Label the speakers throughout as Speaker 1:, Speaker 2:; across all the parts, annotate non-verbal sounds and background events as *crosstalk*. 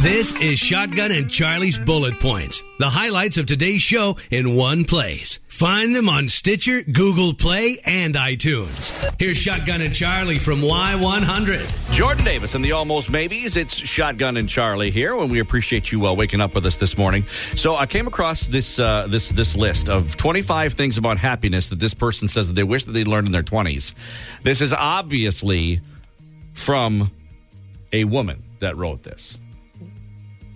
Speaker 1: This is Shotgun and Charlie's Bullet Points, the highlights of today's show in one place. Find them on Stitcher, Google Play, and iTunes. Here's Shotgun and Charlie from Y100.
Speaker 2: Jordan Davis and the Almost Maybes. It's Shotgun and Charlie here, and we appreciate you uh, waking up with us this morning. So I came across this uh, this this list of 25 things about happiness that this person says that they wish that they learned in their 20s. This is obviously from a woman that wrote this.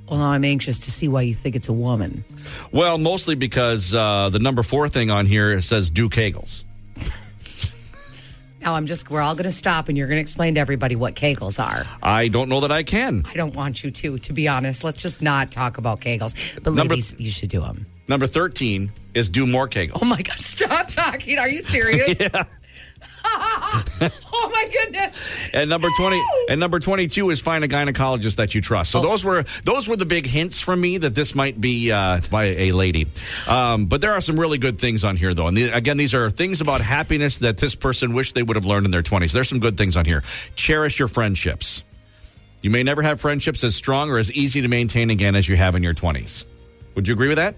Speaker 3: Well, now I'm anxious to see why you think it's a woman.
Speaker 2: Well, mostly because uh, the number four thing on here says do kegels.
Speaker 3: Now I'm just, we're all going to stop and you're going to explain to everybody what Kegels are.
Speaker 2: I don't know that I can.
Speaker 3: I don't want you to, to be honest. Let's just not talk about Kegels. But
Speaker 2: Number-
Speaker 3: ladies, you should do them.
Speaker 2: Number 13 is do more kegels.
Speaker 3: Oh my God, stop talking. Are you *laughs* serious? oh my goodness.
Speaker 2: And number twenty and number twenty two is find a gynecologist that you trust.
Speaker 3: Oh.
Speaker 2: So those were those were the big hints from me that this might be uh, by a lady. Um, but there are some really good things on here though. And the, again, these are things about happiness that this person wished they would have learned in their twenties. There's some good things on here. Cherish your friendships. You may never have friendships as strong or as easy to maintain again as you have in your twenties. Would you agree with that?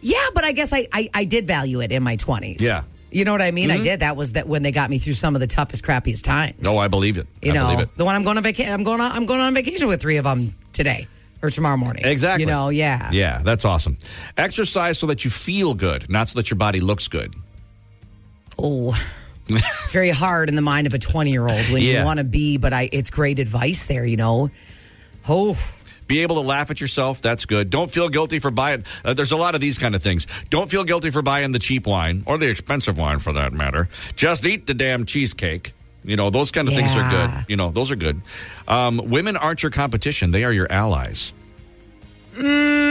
Speaker 3: Yeah, but I guess I, I, I did value it in my 20s.
Speaker 2: Yeah.
Speaker 3: You know what I mean? I did. That was that when they got me through some of the toughest, crappiest times.
Speaker 2: No, I believe it.
Speaker 3: you
Speaker 2: I
Speaker 3: know,
Speaker 2: believe it.
Speaker 3: the one I'm going on vacation. I'm going on. I'm going on vacation with three of them today or tomorrow morning.
Speaker 2: Exactly.
Speaker 3: You know. Yeah.
Speaker 2: Yeah, that's awesome. Exercise so that you feel good, not so that your body looks good. *laughs*
Speaker 3: Oh. it's very hard in the mind of a 20 year old when
Speaker 2: Yeah.
Speaker 3: you want to be, but I, it's great advice there, you know. Oh,
Speaker 2: Be able to laugh at yourself. That's good. Don't feel guilty for buying. Uh, there's a lot of these kind of things. Don't feel guilty for buying the cheap wine or the expensive wine for that matter. Just eat the damn cheesecake. You know, those kind of things are
Speaker 3: Yeah.
Speaker 2: good. You know, those are good. Um, women aren't your competition, they are your allies.
Speaker 3: mm,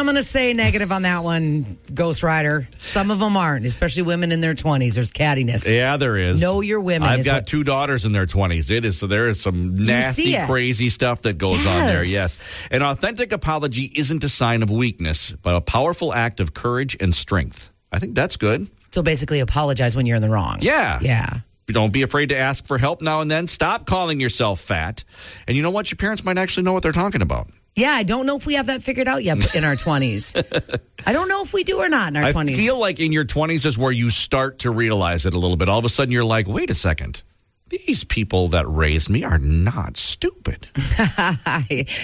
Speaker 3: I'm going to say negative on that one, Ghost Rider. Some of them aren't, especially women in their 20s. There's cattiness.
Speaker 2: Yeah, there is.
Speaker 3: Know your women
Speaker 2: I've
Speaker 3: is
Speaker 2: got
Speaker 3: what-
Speaker 2: two daughters in their 20s. It is so there is some nasty,
Speaker 3: see it.
Speaker 2: crazy stuff that goes on there. Yes.
Speaker 3: Yes.
Speaker 2: An authentic apology isn't a sign of weakness, but a powerful act of courage and strength. I think that's good.
Speaker 3: So basically, apologize when you're in the wrong.
Speaker 2: Yeah.
Speaker 3: Yeah.
Speaker 2: Don't be afraid to ask for help now and then. Stop calling yourself fat. And you know what? Your parents might actually know what they're talking about.
Speaker 3: Yeah, I don't know if we have that figured out yet but in
Speaker 2: *laughs*
Speaker 3: our 20s. I don't know if we do or not in our
Speaker 2: I
Speaker 3: 20s.
Speaker 2: feel like in your 20s is where you start to realize it a little bit. All of a sudden, you're like, wait a second. These people that raised me are not
Speaker 3: *laughs*
Speaker 2: stupid.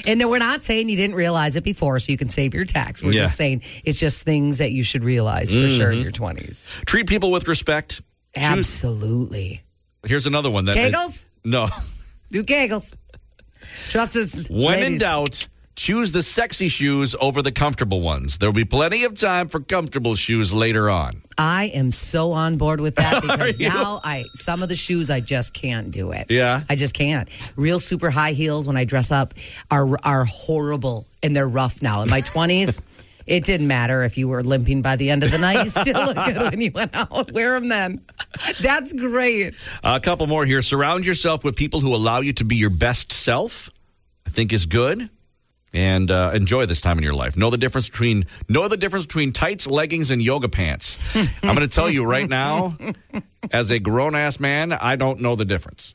Speaker 3: and no, we're not saying you didn't realize it before, so you can save your tax. We're
Speaker 2: Yeah.
Speaker 3: just saying it's just things that you should realize for sure in your 20s.
Speaker 2: Treat people with respect. Choose-
Speaker 3: Absolutely.
Speaker 2: Here's another one that
Speaker 3: Kegels?
Speaker 2: no.
Speaker 3: Do kegels. Trust us.
Speaker 2: When in
Speaker 3: ladies.
Speaker 2: doubt, choose the sexy shoes over the comfortable ones. There'll be plenty of time for comfortable shoes later on.
Speaker 3: I am so on board with
Speaker 2: *laughs*
Speaker 3: that because now I some of the shoes I just can't do it.
Speaker 2: Yeah.
Speaker 3: I just can't. Real super high heels when I dress up are are horrible and they're rough
Speaker 2: *laughs*
Speaker 3: now. In my twenties, it didn't matter if you were limping by the end of the night. You still look good when you went out. *laughs* Wear them then. That's great.
Speaker 2: A couple more here. Surround yourself with people who allow you to be your best self. I think is good, and uh, enjoy this time in your life. Know the difference between know the difference between tights, leggings, and yoga pants. I'm going to tell you right now, as a grown ass man, I don't know the difference.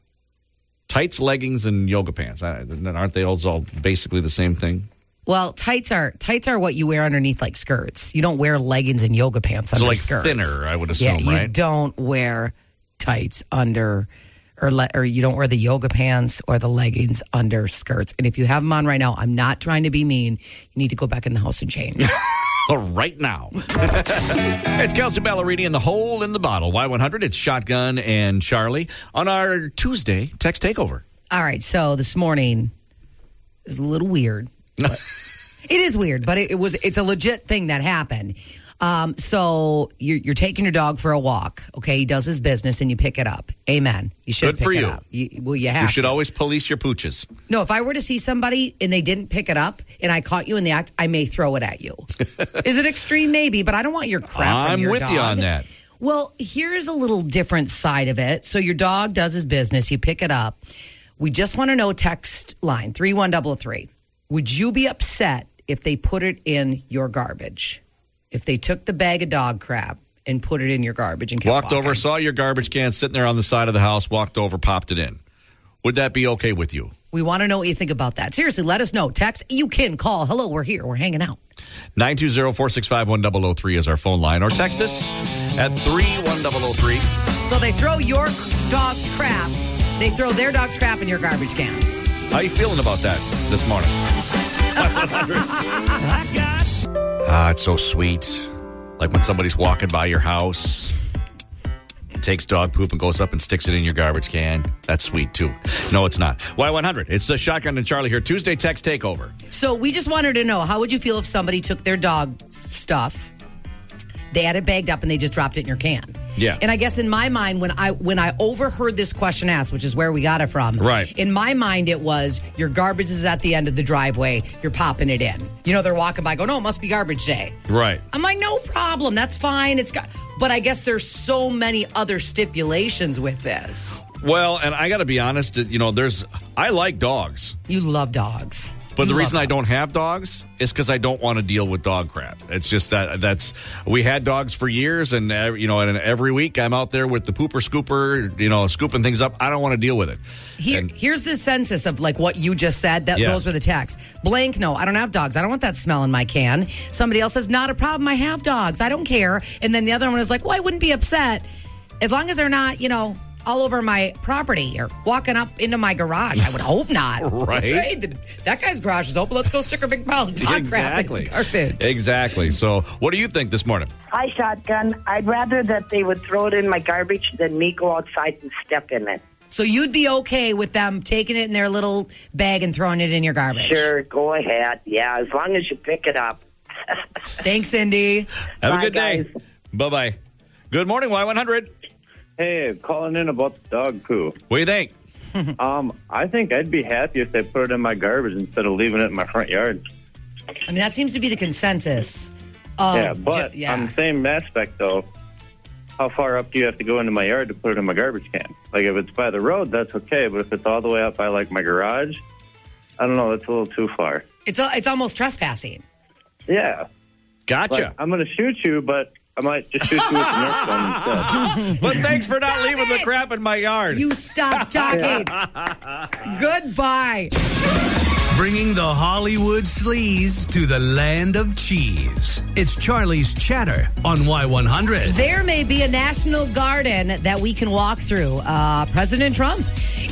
Speaker 2: Tights, leggings, and yoga pants. I, aren't they all all basically the same thing?
Speaker 3: Well, tights are tights are what you wear underneath like skirts. You don't wear leggings and yoga pants under
Speaker 2: like,
Speaker 3: skirts.
Speaker 2: thinner, I would
Speaker 3: Yeah,
Speaker 2: assume,
Speaker 3: you
Speaker 2: right?
Speaker 3: don't wear tights under or le- or you don't wear the yoga pants or the leggings under skirts. And if you have them on right now, I'm not trying to be mean. You need to go back in the house and
Speaker 2: *laughs*
Speaker 3: change.
Speaker 2: right now. *laughs* it's Kelsey Ballerini and the hole in the bottle. Y100. It's Shotgun and Charlie on our Tuesday text takeover.
Speaker 3: All right. So this morning is a
Speaker 2: *laughs*
Speaker 3: little weird. but- it is weird, but it, it was it's a legit thing that happened. Um, so you're, you're taking your dog for a walk. Okay, he does his business, and you pick it up. Amen. You
Speaker 2: Good
Speaker 3: should pick
Speaker 2: for
Speaker 3: it
Speaker 2: you.
Speaker 3: up. You, well, you have.
Speaker 2: You should
Speaker 3: to.
Speaker 2: always police your pooches.
Speaker 3: No, if I were to see somebody and they didn't pick it up, and I caught you in the act, I may throw
Speaker 2: *laughs*
Speaker 3: it at you. is it extreme? Maybe, but I don't want your crap. from
Speaker 2: I'm
Speaker 3: your
Speaker 2: with you
Speaker 3: dog.
Speaker 2: on that.
Speaker 3: Well, here's a little different side of it. So your dog does his business, you pick it up. We just want to know text line 31003. Would you be upset if they put it in your garbage? If they took the bag of dog crap and put it in your garbage and kept
Speaker 2: Walked
Speaker 3: walking?
Speaker 2: over, saw your garbage can sitting there on the side of the house, walked over, popped it in. Would that be okay with you?
Speaker 3: We want to know what you think about that. Seriously, let us know. Text, you can call. Hello, we're here. We're hanging out.
Speaker 2: 920-465-1003 is our phone line or text us at 31003.
Speaker 3: So they throw your dog's crap, they throw their dog's crap in your garbage can.
Speaker 2: How you feeling about that this morning? *laughs* ah, it's so sweet. Like when somebody's walking by your house, takes dog poop and goes up and sticks it in your garbage can. That's sweet too. No, it's not. Y100. It's the Shotgun and Charlie here. Tuesday text takeover.
Speaker 3: So we just wanted to know how would you feel if somebody took their dog stuff, they had it bagged up, and they just dropped it in your can?
Speaker 2: Yeah.
Speaker 3: And I guess in my mind, when I when I overheard this question asked, which is where we got it from,
Speaker 2: Right.
Speaker 3: In my mind, it was your garbage is at the end of the driveway. You're popping it in. You know, they're walking by, going, "Oh, it must be garbage day."
Speaker 2: Right.
Speaker 3: I'm like, no problem. That's fine. It's got, but I guess there's so many other stipulations with this.
Speaker 2: Well, and I got to be honest, you know, there's I like dogs.
Speaker 3: You love dogs.
Speaker 2: But the
Speaker 3: You love
Speaker 2: reason I
Speaker 3: dogs.
Speaker 2: don't have dogs is because I don't want to deal with dog crap. It's just that that's we had dogs for years, and uh, you know, and every week I'm out there with the pooper scooper, you know, scooping things up. I don't want to deal with it.
Speaker 3: Here, *laughs*
Speaker 2: And-
Speaker 3: here's the census of like what you just said. That
Speaker 2: Yeah.
Speaker 3: those were the texts. Blank. No, I don't have dogs. I don't want that smell in my can. Somebody else says not a problem. I have dogs. I don't care. And then the other one is like, well, I wouldn't be upset as long as they're not, you know, all over my property or walking up into my garage. I would
Speaker 2: *laughs*
Speaker 3: hope not.
Speaker 2: Right.
Speaker 3: That's The- That guy's garage is open. Let's go stick a big
Speaker 2: *laughs*
Speaker 3: pile of dog crap. in his garbage.
Speaker 2: exactly. So, what do you think this morning?
Speaker 4: Hi, Shotgun. I'd rather that they would throw it in my garbage than me go outside and step in it.
Speaker 3: So you'd be okay with them taking it in their little bag and throwing it in your garbage.
Speaker 4: Sure, go ahead. Yeah, as long as you pick it up. *laughs*
Speaker 3: Thanks, Indy.
Speaker 2: Have a
Speaker 4: Bye,
Speaker 2: good day.
Speaker 4: guys.
Speaker 2: Bye bye. Good morning, Y100.
Speaker 5: Hey, calling in about the dog poo.
Speaker 2: What do you think?
Speaker 5: Um, I think I'd be happy if they put it in my garbage instead of leaving it in my front yard.
Speaker 3: I mean, that seems to be the consensus. Of
Speaker 5: yeah, but
Speaker 3: ju- Oh, yeah.
Speaker 5: on the same aspect though, how far up do you have to go into my yard to put it in my garbage can? Like if it's by the road, that's okay, but if it's all the way up by like my garage, I don't know, that's a little too far.
Speaker 3: it's a, it's almost trespassing.
Speaker 5: Yeah, like,
Speaker 2: Gotcha.
Speaker 5: I'm gonna shoot you, but I might just shoot you with the Nerf gun instead.
Speaker 2: but thanks for not
Speaker 3: Stop
Speaker 2: leaving the
Speaker 3: it!
Speaker 2: crap in my yard.
Speaker 3: You stop
Speaker 5: *laughs*
Speaker 3: talking. Goodbye.
Speaker 1: Bringing the Hollywood sleaze to the land of cheese. It's Charlie's Chatter on Y100.
Speaker 3: There may be a national garden that we can walk through. Uh, President Trump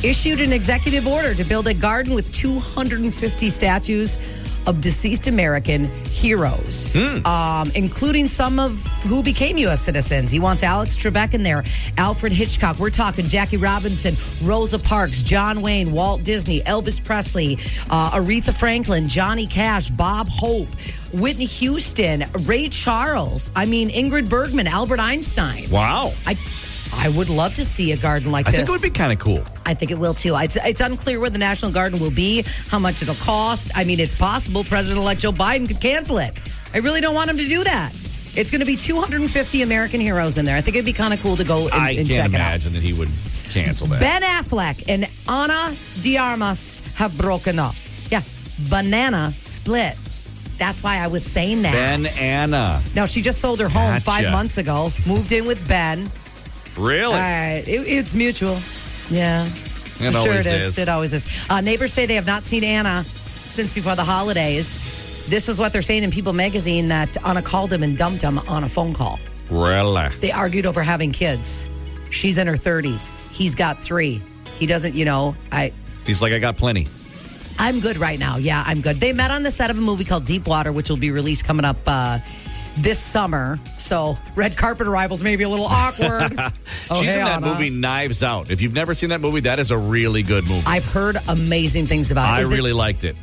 Speaker 3: issued an executive order to build a garden with 250 statues of deceased American heroes, um, including some of who became U.S. citizens. He wants Alex Trebek in there, Alfred Hitchcock. We're talking Jackie Robinson, Rosa Parks, John Wayne, Walt Disney, Elvis Presley, uh, Aretha Franklin, Johnny Cash, Bob Hope, Whitney Houston, Ray Charles. I mean, Ingrid Bergman, Albert Einstein.
Speaker 2: wow.
Speaker 3: I, I would love to see a garden like
Speaker 2: I
Speaker 3: this.
Speaker 2: think it would be kind of cool.
Speaker 3: I think it will too. It's, it's unclear where the National Garden will be, how much it'll cost. I mean, it's possible President-elect Joe Biden could cancel it. I really don't want him to do that. It's going to be 250 American heroes in there. I think it'd be kind of cool to go and,
Speaker 2: I
Speaker 3: and check
Speaker 2: can't
Speaker 3: it out.
Speaker 2: imagine that he would cancel that.
Speaker 3: Ben Affleck and Ana de Armas have broken up. Yeah, banana split. That's why I was saying that.
Speaker 2: Ben Anna.
Speaker 3: Now she just sold her home
Speaker 2: Gotcha.
Speaker 3: five months ago. Moved in with Ben.
Speaker 2: Really?
Speaker 3: Uh, it, it's mutual. Yeah.
Speaker 2: It
Speaker 3: sure
Speaker 2: always
Speaker 3: it is.
Speaker 2: is.
Speaker 3: It always is. Uh, neighbors say they have not seen Anna since before the holidays. This is what they're saying in People magazine that Anna called him and dumped him on a phone call.
Speaker 2: Really?
Speaker 3: They argued over having kids. She's in her 30s. He's got three. He doesn't, you know, I.
Speaker 2: He's like, I got plenty.
Speaker 3: I'm good right now. Yeah, I'm good. They met on the set of a movie called Deep Water, which will be released coming up uh, this summer. So red carpet arrivals may be a little
Speaker 2: *laughs*
Speaker 3: awkward. oh,
Speaker 2: She's
Speaker 3: hey,
Speaker 2: in that
Speaker 3: Anna.
Speaker 2: movie Knives Out. If you've never seen that movie, that is a really good movie. I,
Speaker 3: I've heard amazing things about it. Is it-
Speaker 2: really liked it.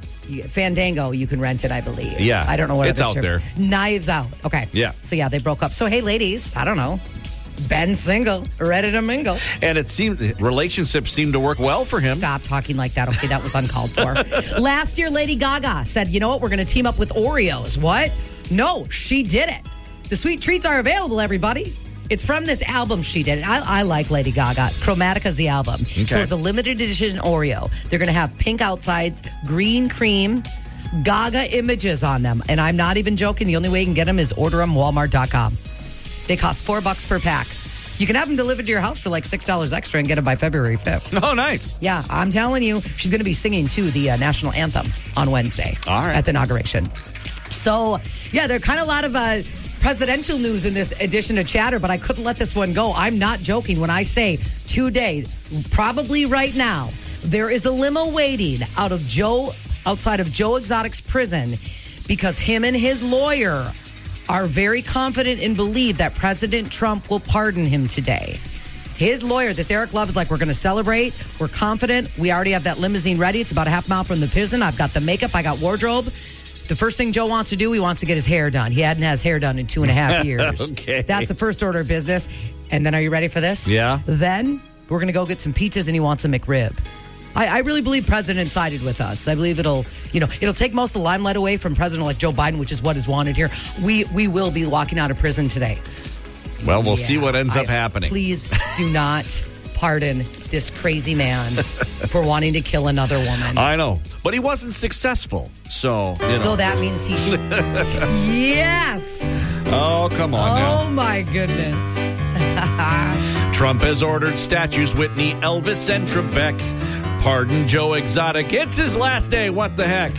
Speaker 3: Fandango, you can rent it, I believe.
Speaker 2: Yeah.
Speaker 3: I don't know what
Speaker 2: It's
Speaker 3: other
Speaker 2: out there.
Speaker 3: service- Knives Out. Okay.
Speaker 2: Yeah.
Speaker 3: So yeah, they broke up. So hey, ladies, I don't know. Ben's single, ready to mingle.
Speaker 2: And it seemed relationships seemed to work well for him.
Speaker 3: Stop talking like that. Okay, that was
Speaker 2: *laughs*
Speaker 3: uncalled for. Last year, Lady Gaga said, you know what, we're going to team up with Oreos. What? No, she did it. The sweet treats are available, everybody. It's from this album she did. it. I, I like Lady Gaga. Chromatica's the album. So
Speaker 2: Okay.
Speaker 3: it's a limited edition Oreo. They're going to have pink outsides, green cream, Gaga images on them. And I'm not even joking. The only way you can get them is order them Walmart.com. They cost four bucks per pack. You can have them delivered to your house for like $6 extra and get them by February
Speaker 2: *laughs*
Speaker 3: 5th.
Speaker 2: Oh, nice.
Speaker 3: Yeah, I'm telling you, she's going to be singing too the uh, national anthem on Wednesday
Speaker 2: All right.
Speaker 3: at the inauguration. So, yeah, there are kind of a lot of uh, presidential news in this edition of Chatter, but I couldn't let this one go. I'm not joking when I say today, probably right now, there is a limo waiting out of Joe outside of Joe Exotic's prison because him and his lawyer are very confident and believe that President Trump will pardon him today. His lawyer, this Eric Love, is like, we're going to celebrate. We're confident. We already have that limousine ready. It's about a half mile from the prison. I've got the makeup. I got wardrobe. The first thing Joe wants to do, he wants to get his hair done. He hadn't had his hair done in two and
Speaker 2: *laughs*
Speaker 3: a half years.
Speaker 2: Okay.
Speaker 3: That's the first order of business. And then, are you ready for this?
Speaker 2: Yeah.
Speaker 3: Then we're going to go get some pizzas, and he wants a McRib. I, I really believe President sided with us. I believe it'll, you know, it'll take most of the limelight away from President-elect Joe Biden, which is what is wanted here. We we will be walking out of prison today.
Speaker 2: Well, we'll see
Speaker 3: Yeah.
Speaker 2: what ends
Speaker 3: I-
Speaker 2: up happening.
Speaker 3: Please do not pardon this crazy
Speaker 2: *laughs*
Speaker 3: man for wanting to kill another woman.
Speaker 2: I know, but he wasn't successful. So, Uh, you know.
Speaker 3: so that means
Speaker 2: *laughs*
Speaker 3: he. Sh- yes.
Speaker 2: oh, come on now.
Speaker 3: Oh my goodness.
Speaker 2: Trump has ordered statues Whitney, Elvis, and Trebek. Pardon Joe Exotic. It's his last day. What the *laughs* heck?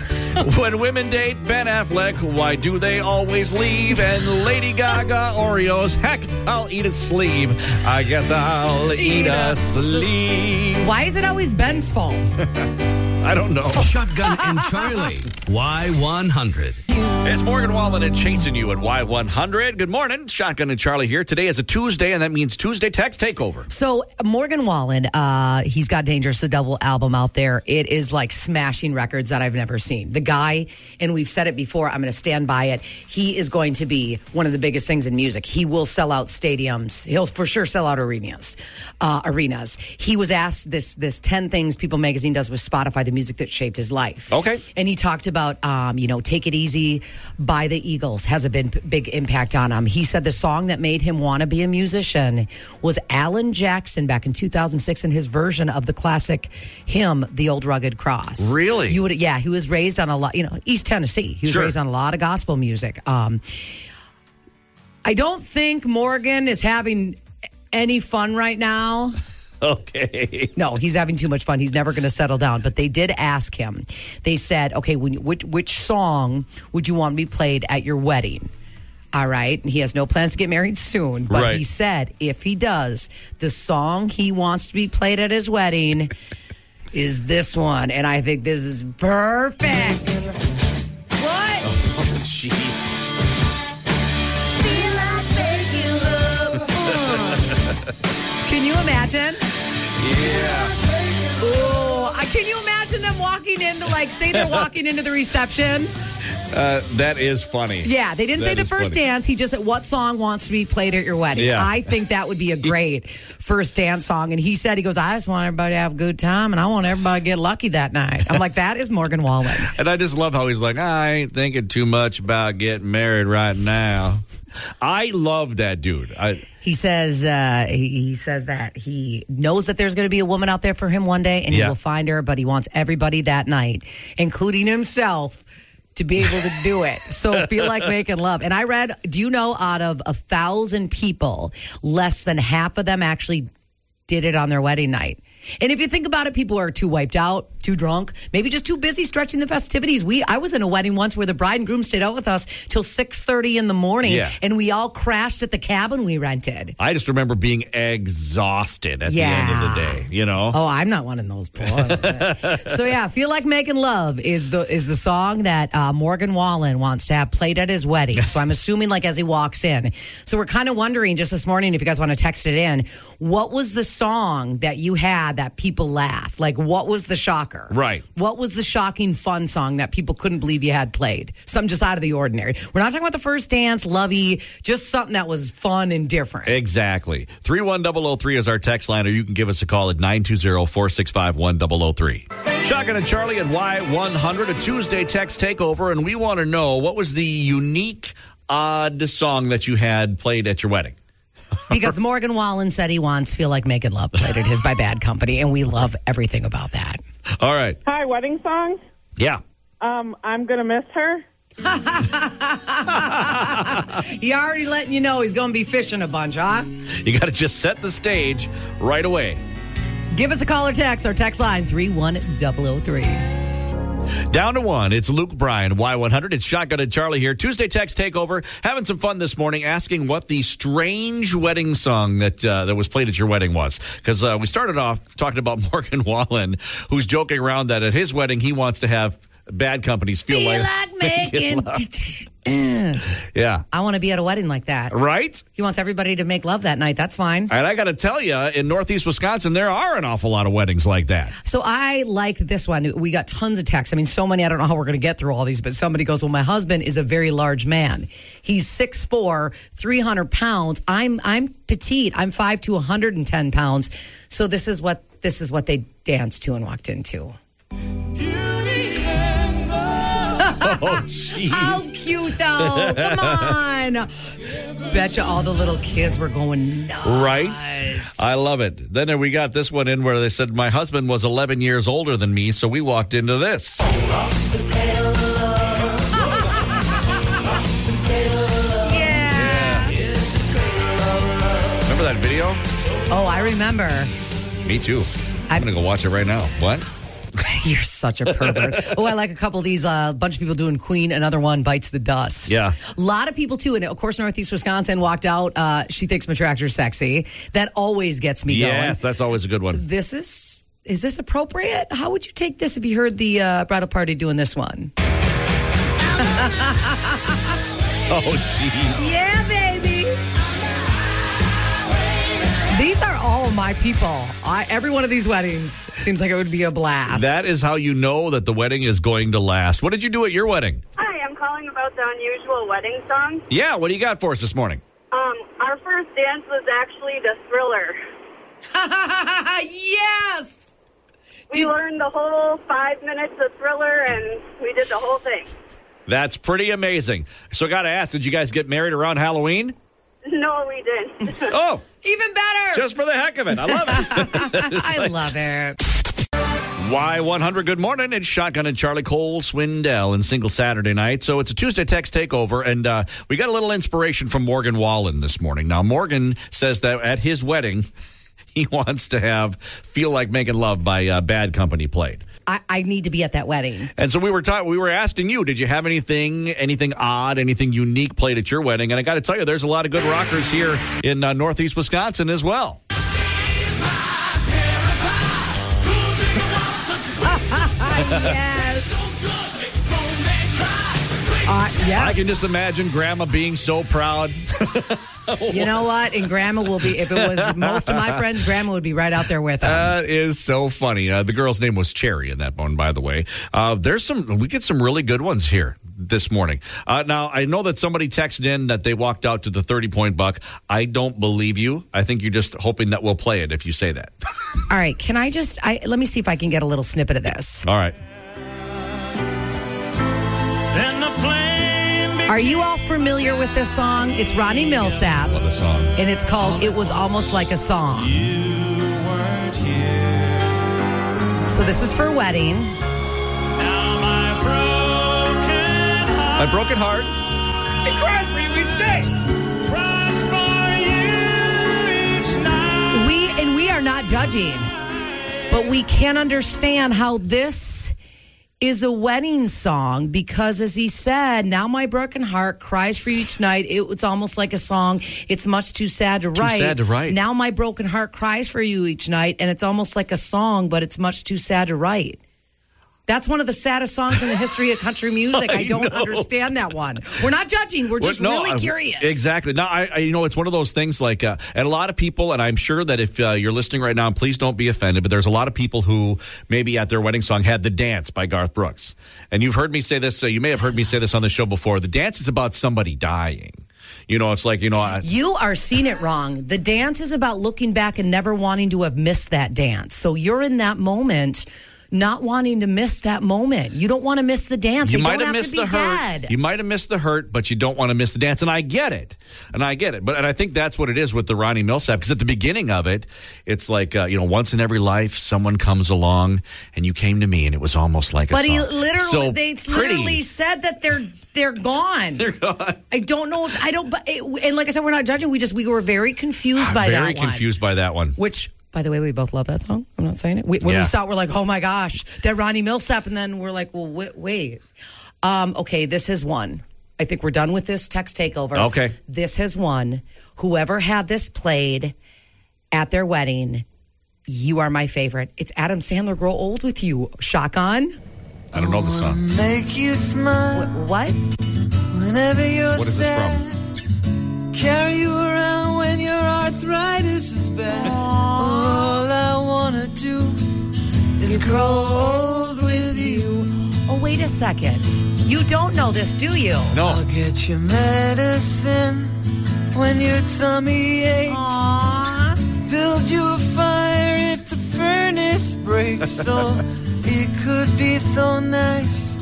Speaker 2: when women date Ben Affleck, why do they always leave? And Lady Gaga Oreos. Heck, I'll eat a sleeve. I guess I'll eat, a sleeve.
Speaker 3: Why is it always Ben's fault?
Speaker 2: I don't know.
Speaker 1: Shotgun and Charlie. Y100.
Speaker 2: *laughs* It's Morgan Wallen and chasing you at Y100. Good morning. Shotgun and Charlie here. Today is a Tuesday, and that means Tuesday text takeover.
Speaker 3: So Morgan Wallen, uh, he's got Dangerous, the double album out there. It is like smashing records that I've never seen. The guy, and we've said it before, I'm going to stand by it. He is going to be one of the biggest things in music. He will sell out stadiums. He'll for sure sell out arenas. Uh, arenas. He was asked this this ten things People magazine does with Spotify, the music that shaped his life.
Speaker 2: Okay.
Speaker 3: And he talked about, um, you know, Take It Easy by the Eagles has a big, big impact on him. He said the song that made him want to be a musician was Alan Jackson back in 2006 and his version of the classic hymn, The Old Rugged Cross.
Speaker 2: Really?
Speaker 3: You would, yeah, he was raised on a lot, you know, East Tennessee. He was
Speaker 2: Sure.
Speaker 3: raised on a lot of gospel music. Um, I don't think Morgan is having any fun right now.
Speaker 2: Okay.
Speaker 3: No, he's having too much fun. He's never going to settle down. But they did ask him. They said, "Okay, when, which which song would you want to be played at your wedding?" All right, and he has no plans to get married soon. But
Speaker 2: Right.
Speaker 3: he said, if he does, the song he wants to be played at his wedding is this one, and I think this is perfect. What?
Speaker 2: Oh, Jeez.
Speaker 3: Can you imagine?
Speaker 2: Yeah.
Speaker 3: Oh, I- can you imagine them walking into like say they're walking into the reception?
Speaker 2: Uh, that is funny.
Speaker 3: Yeah, they didn't
Speaker 2: That
Speaker 3: say the
Speaker 2: is
Speaker 3: first
Speaker 2: funny.
Speaker 3: dance. He just said, What song wants to be played at your wedding?
Speaker 2: Yeah.
Speaker 3: I think that would be a great first dance song. And he said, He goes, I just want everybody to have a good time and I want everybody to get lucky that night. I'm like, That is Morgan Wallen.
Speaker 2: And I just love how he's like, I ain't thinking too much about getting married right now. I love that dude. I,
Speaker 3: He says, uh, he, he says that he knows that there's going to be a woman out there for him one day and he
Speaker 2: Yeah.
Speaker 3: will find her, but he wants everybody that night, including himself. To be able to do it. So feel like making love. And I read, do you know out of a thousand people, less than half of them actually did it on their wedding night. And if you think about it, people are too wiped out, too drunk, maybe just too busy stretching the festivities. We I was in a wedding once where the bride and groom stayed out with us till six thirty in the morning
Speaker 2: Yeah.
Speaker 3: and we all crashed at the cabin we rented.
Speaker 2: I just remember being exhausted at
Speaker 3: Yeah.
Speaker 2: the end of the day, you know?
Speaker 3: Oh, I'm not one of those poor. so yeah, feel like making love is the is the song that uh, Morgan Wallen wants to have played at his wedding. So I'm assuming like as he walks in. So we're kind of wondering just this morning if you guys want to text it in, what was the song that you had that people laughed? Like what was the shocker?
Speaker 2: Right.
Speaker 3: What was the shocking fun song that people couldn't believe you had played? Something just out of the ordinary. We're not talking about the first dance, lovey, just something that was fun and different.
Speaker 2: Exactly. 31003 is our text line, or you can give us a call at 920 465 1003. Shotgun oh and Charlie at Y100, a Tuesday text takeover, and we want to know what was the unique, odd song that you had played at your wedding?
Speaker 3: Because Morgan Wallen said he wants Feel Like Making Love played at his by Bad Company, and we love everything about that.
Speaker 2: All right.
Speaker 6: Hi, wedding song.
Speaker 2: Yeah.
Speaker 6: Um, I'm gonna miss her.
Speaker 3: He already letting you know he's going to be fishing a bunch, huh?
Speaker 2: You got to just set the stage right away.
Speaker 3: Give us a call or text. Our text line 31003.
Speaker 2: Down to one. It's Luke Bryan, Y100. It's Shotgun and Charlie here. Tuesday Text Takeover. Having some fun this morning, asking what the strange wedding song that uh, that was played at your wedding was. Because uh, we started off talking about *laughs* Morgan Wallen, who's joking around that at his wedding he wants to have bad companies feel,
Speaker 3: Feel
Speaker 2: like, *laughs*
Speaker 3: like making.
Speaker 2: yeah,
Speaker 3: *laughs* I want to be at a wedding like that.
Speaker 2: right.
Speaker 3: He wants everybody to make love that night. That's fine.
Speaker 2: And I got to tell you, in Northeast Wisconsin, there are an awful lot of weddings like that.
Speaker 3: So I liked this one. We got tons of texts. I mean, so many. I don't know how we're going to get through all these, but somebody goes, "Well, my husband is a very large man. He's 6'4", 300 pounds. I'm I'm petite. I'm five to 110 pounds. So this is what this is what they danced to and walked into. *laughs*
Speaker 2: Oh, jeez.
Speaker 3: How cute though! Come on. Betcha all the little kids were going nuts.
Speaker 2: Right? I love it. Then we got this one in where they said, My husband was 11 years older than me, so we walked into this.
Speaker 3: Yeah.
Speaker 2: Remember that video?
Speaker 3: Oh, I remember.
Speaker 2: Me too. I'm going to go watch it right now. What?
Speaker 3: You're such
Speaker 2: *laughs*
Speaker 3: a pervert. oh, I like a couple of these. A uh, bunch of people doing Queen. Another one bites the dust.
Speaker 2: Yeah.
Speaker 3: A lot of people too, and of course, Northeast Wisconsin walked out. Uh, she thinks Matractor's sexy. That always gets me going.
Speaker 2: Yes, that's always a good one.
Speaker 3: This is is this appropriate? How would you take this if you heard the uh, bridal party doing this one?
Speaker 2: *laughs* Oh, jeez.
Speaker 3: Yeah, baby. These are all my people. I, every one of these weddings seems like it would be a blast.
Speaker 2: That is how you know that the wedding is going to last. What did you do at your wedding?
Speaker 6: Hi, I'm calling about the unusual wedding song.
Speaker 2: Yeah, what do you got for us this morning?
Speaker 6: Um, our first dance was actually the Thriller.
Speaker 3: *laughs* yes.
Speaker 6: We learned the whole five minutes of Thriller, and we did the whole thing. *laughs*
Speaker 2: That's pretty amazing. So, got to ask, did you guys get married around Halloween?
Speaker 6: No, we didn't.
Speaker 2: Oh,
Speaker 3: Even better.
Speaker 2: *laughs* just for the heck of it. I love it.
Speaker 3: I love it.
Speaker 2: Y100, good morning. It's Shotgun and Charlie Cole Swindell and Single Saturday Night. So it's a Tuesday text takeover, and uh, we got a little inspiration from Morgan Wallen this morning. Now, Morgan says that at his wedding, *laughs* he wants to have Feel Like Making Love by uh, Bad Company played.
Speaker 3: I, I need to be at that wedding.
Speaker 2: And so we were ta- we were asking you, did you have anything anything odd, anything unique played at your wedding? And I got to tell you, there's a lot of good rockers here in uh, Northeast Wisconsin as well.
Speaker 3: Ah, yes. Uh,
Speaker 2: I
Speaker 3: yes.
Speaker 2: can just imagine Grandma being so proud.
Speaker 3: you know what? And Grandma will be. If it was most of my friends, Grandma would be right out there with them.
Speaker 2: That is so funny. Uh, the girl's name was Cherry in that one, by the way. Uh, there's some, we get some really good ones here this morning. Uh, now, I know that somebody texted in that they walked out to the 30 point buck. I don't believe you. I think you're just hoping that we'll play it if you say that. *laughs*
Speaker 3: All right. Can I just? I let me see if I can get a little snippet of this.
Speaker 2: All right.
Speaker 3: Are you all familiar with this song? It's Ronnie Millsap,
Speaker 2: Love the song.
Speaker 3: and it's called "It Was Almost Like a Song." So this is for a wedding.
Speaker 2: My broken heart.
Speaker 3: We and we are not judging, but we can understand how this is a wedding song because, as he said, now my broken heart cries for you each night. It was almost like a song. It's much too sad to write.
Speaker 2: sad to write.
Speaker 3: Now my broken heart cries for you each night, and it's almost like a song, but it's much too sad to write. That's one of the saddest songs in the history of *laughs* country music. I, don't understand that one. We're not judging. We're just
Speaker 2: Well,
Speaker 3: really
Speaker 2: I-
Speaker 3: curious.
Speaker 2: Exactly. Now, I, I, you know, it's one of those things like, uh, and a lot of people, and I'm sure that if uh, you're listening right now, and please don't be offended, but there's a lot of people who maybe at their wedding song had the dance by Garth Brooks. And you've heard me say this, so you may have heard me say this on the show before. The dance is about somebody dying. You know, it's like, you know, I,
Speaker 3: You are seeing it wrong. The dance is about looking back and never wanting to have missed that dance. So you're in that moment. not wanting to miss that moment. You don't want to miss the dance.
Speaker 2: You
Speaker 3: They
Speaker 2: might
Speaker 3: don't
Speaker 2: have missed
Speaker 3: to
Speaker 2: the
Speaker 3: be
Speaker 2: hurt.
Speaker 3: dead.
Speaker 2: You might have missed the hurt, but you don't want to miss the dance. And I get it. And I get it. But and I think that's what it is with the Ronnie Millsap because at the beginning of it, it's like uh, you know, once in every life, someone comes along, and you came to me, and it was almost like
Speaker 3: but
Speaker 2: a
Speaker 3: he
Speaker 2: song.
Speaker 3: literally,
Speaker 2: so
Speaker 3: they
Speaker 2: pretty.
Speaker 3: literally said that they're they're gone. they're
Speaker 2: gone.
Speaker 3: I don't know if I don't. But it, and like I said, we're not judging. We just we were very confused
Speaker 2: I'm
Speaker 3: by
Speaker 2: very
Speaker 3: that one.
Speaker 2: confused by that one.
Speaker 3: Which, by the way, we both love that song. I'm not saying it. We, when
Speaker 2: Yeah.
Speaker 3: we saw it, we're like, oh my gosh, that Ronnie Millsap. And then we're like, well, wait. wait. Um, okay, this is one. I think we're done with this text takeover.
Speaker 2: Okay.
Speaker 3: This has one. Whoever had this played at their wedding, you are my favorite. It's Adam Sandler, Grow Old With You. Shock on?
Speaker 2: I don't know the song.
Speaker 7: Make you smile
Speaker 3: What?
Speaker 7: whenever you're
Speaker 2: What is this
Speaker 7: sad.
Speaker 2: from?
Speaker 7: Carry you around when your arthritis is bad. All I wanna do is grow old with you.
Speaker 3: Oh, wait a second. You don't know this, do you?
Speaker 2: No.
Speaker 7: I'll get you medicine when your tummy aches. Build you a fire if the furnace breaks. so it could be so nice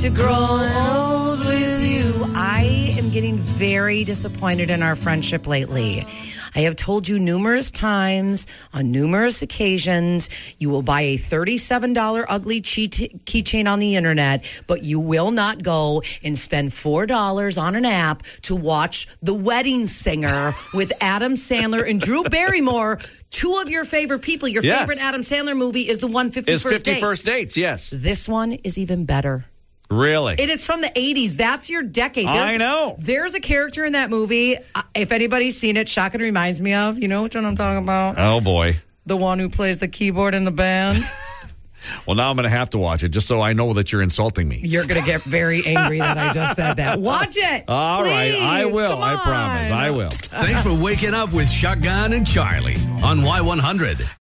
Speaker 3: To grow
Speaker 7: growing old with you.
Speaker 3: I am getting very disappointed in our friendship lately. I have told you numerous times on numerous occasions you will buy a $37 ugly cheat- keychain on the internet, but you will not go and spend $4 on an app to watch The Wedding Singer with Adam Sandler and Drew Barrymore, two of your favorite people. Your
Speaker 2: Yes.
Speaker 3: favorite Adam Sandler movie is the one fifty
Speaker 2: It's
Speaker 3: first
Speaker 2: fifty
Speaker 3: Dates.
Speaker 2: first dates. Yes,
Speaker 3: This one is even better.
Speaker 2: really.
Speaker 3: It is from the 80s. That's your decade.
Speaker 2: I know.
Speaker 3: There's a character in that movie. uh, If anybody's seen it, Shocking reminds me of. You know which one I'm talking about?
Speaker 2: oh boy.
Speaker 3: The one who plays the keyboard in the band.
Speaker 2: Well, now I'm going to have to watch it just so I know that you're insulting me.
Speaker 3: *laughs* You're going to get very angry that I just said that. Watch it.
Speaker 2: All right, I
Speaker 3: please.
Speaker 2: will.
Speaker 3: Come
Speaker 2: I promise.
Speaker 3: on.
Speaker 2: I will.
Speaker 1: Thanks for waking up with Shotgun and Charlie on Y100.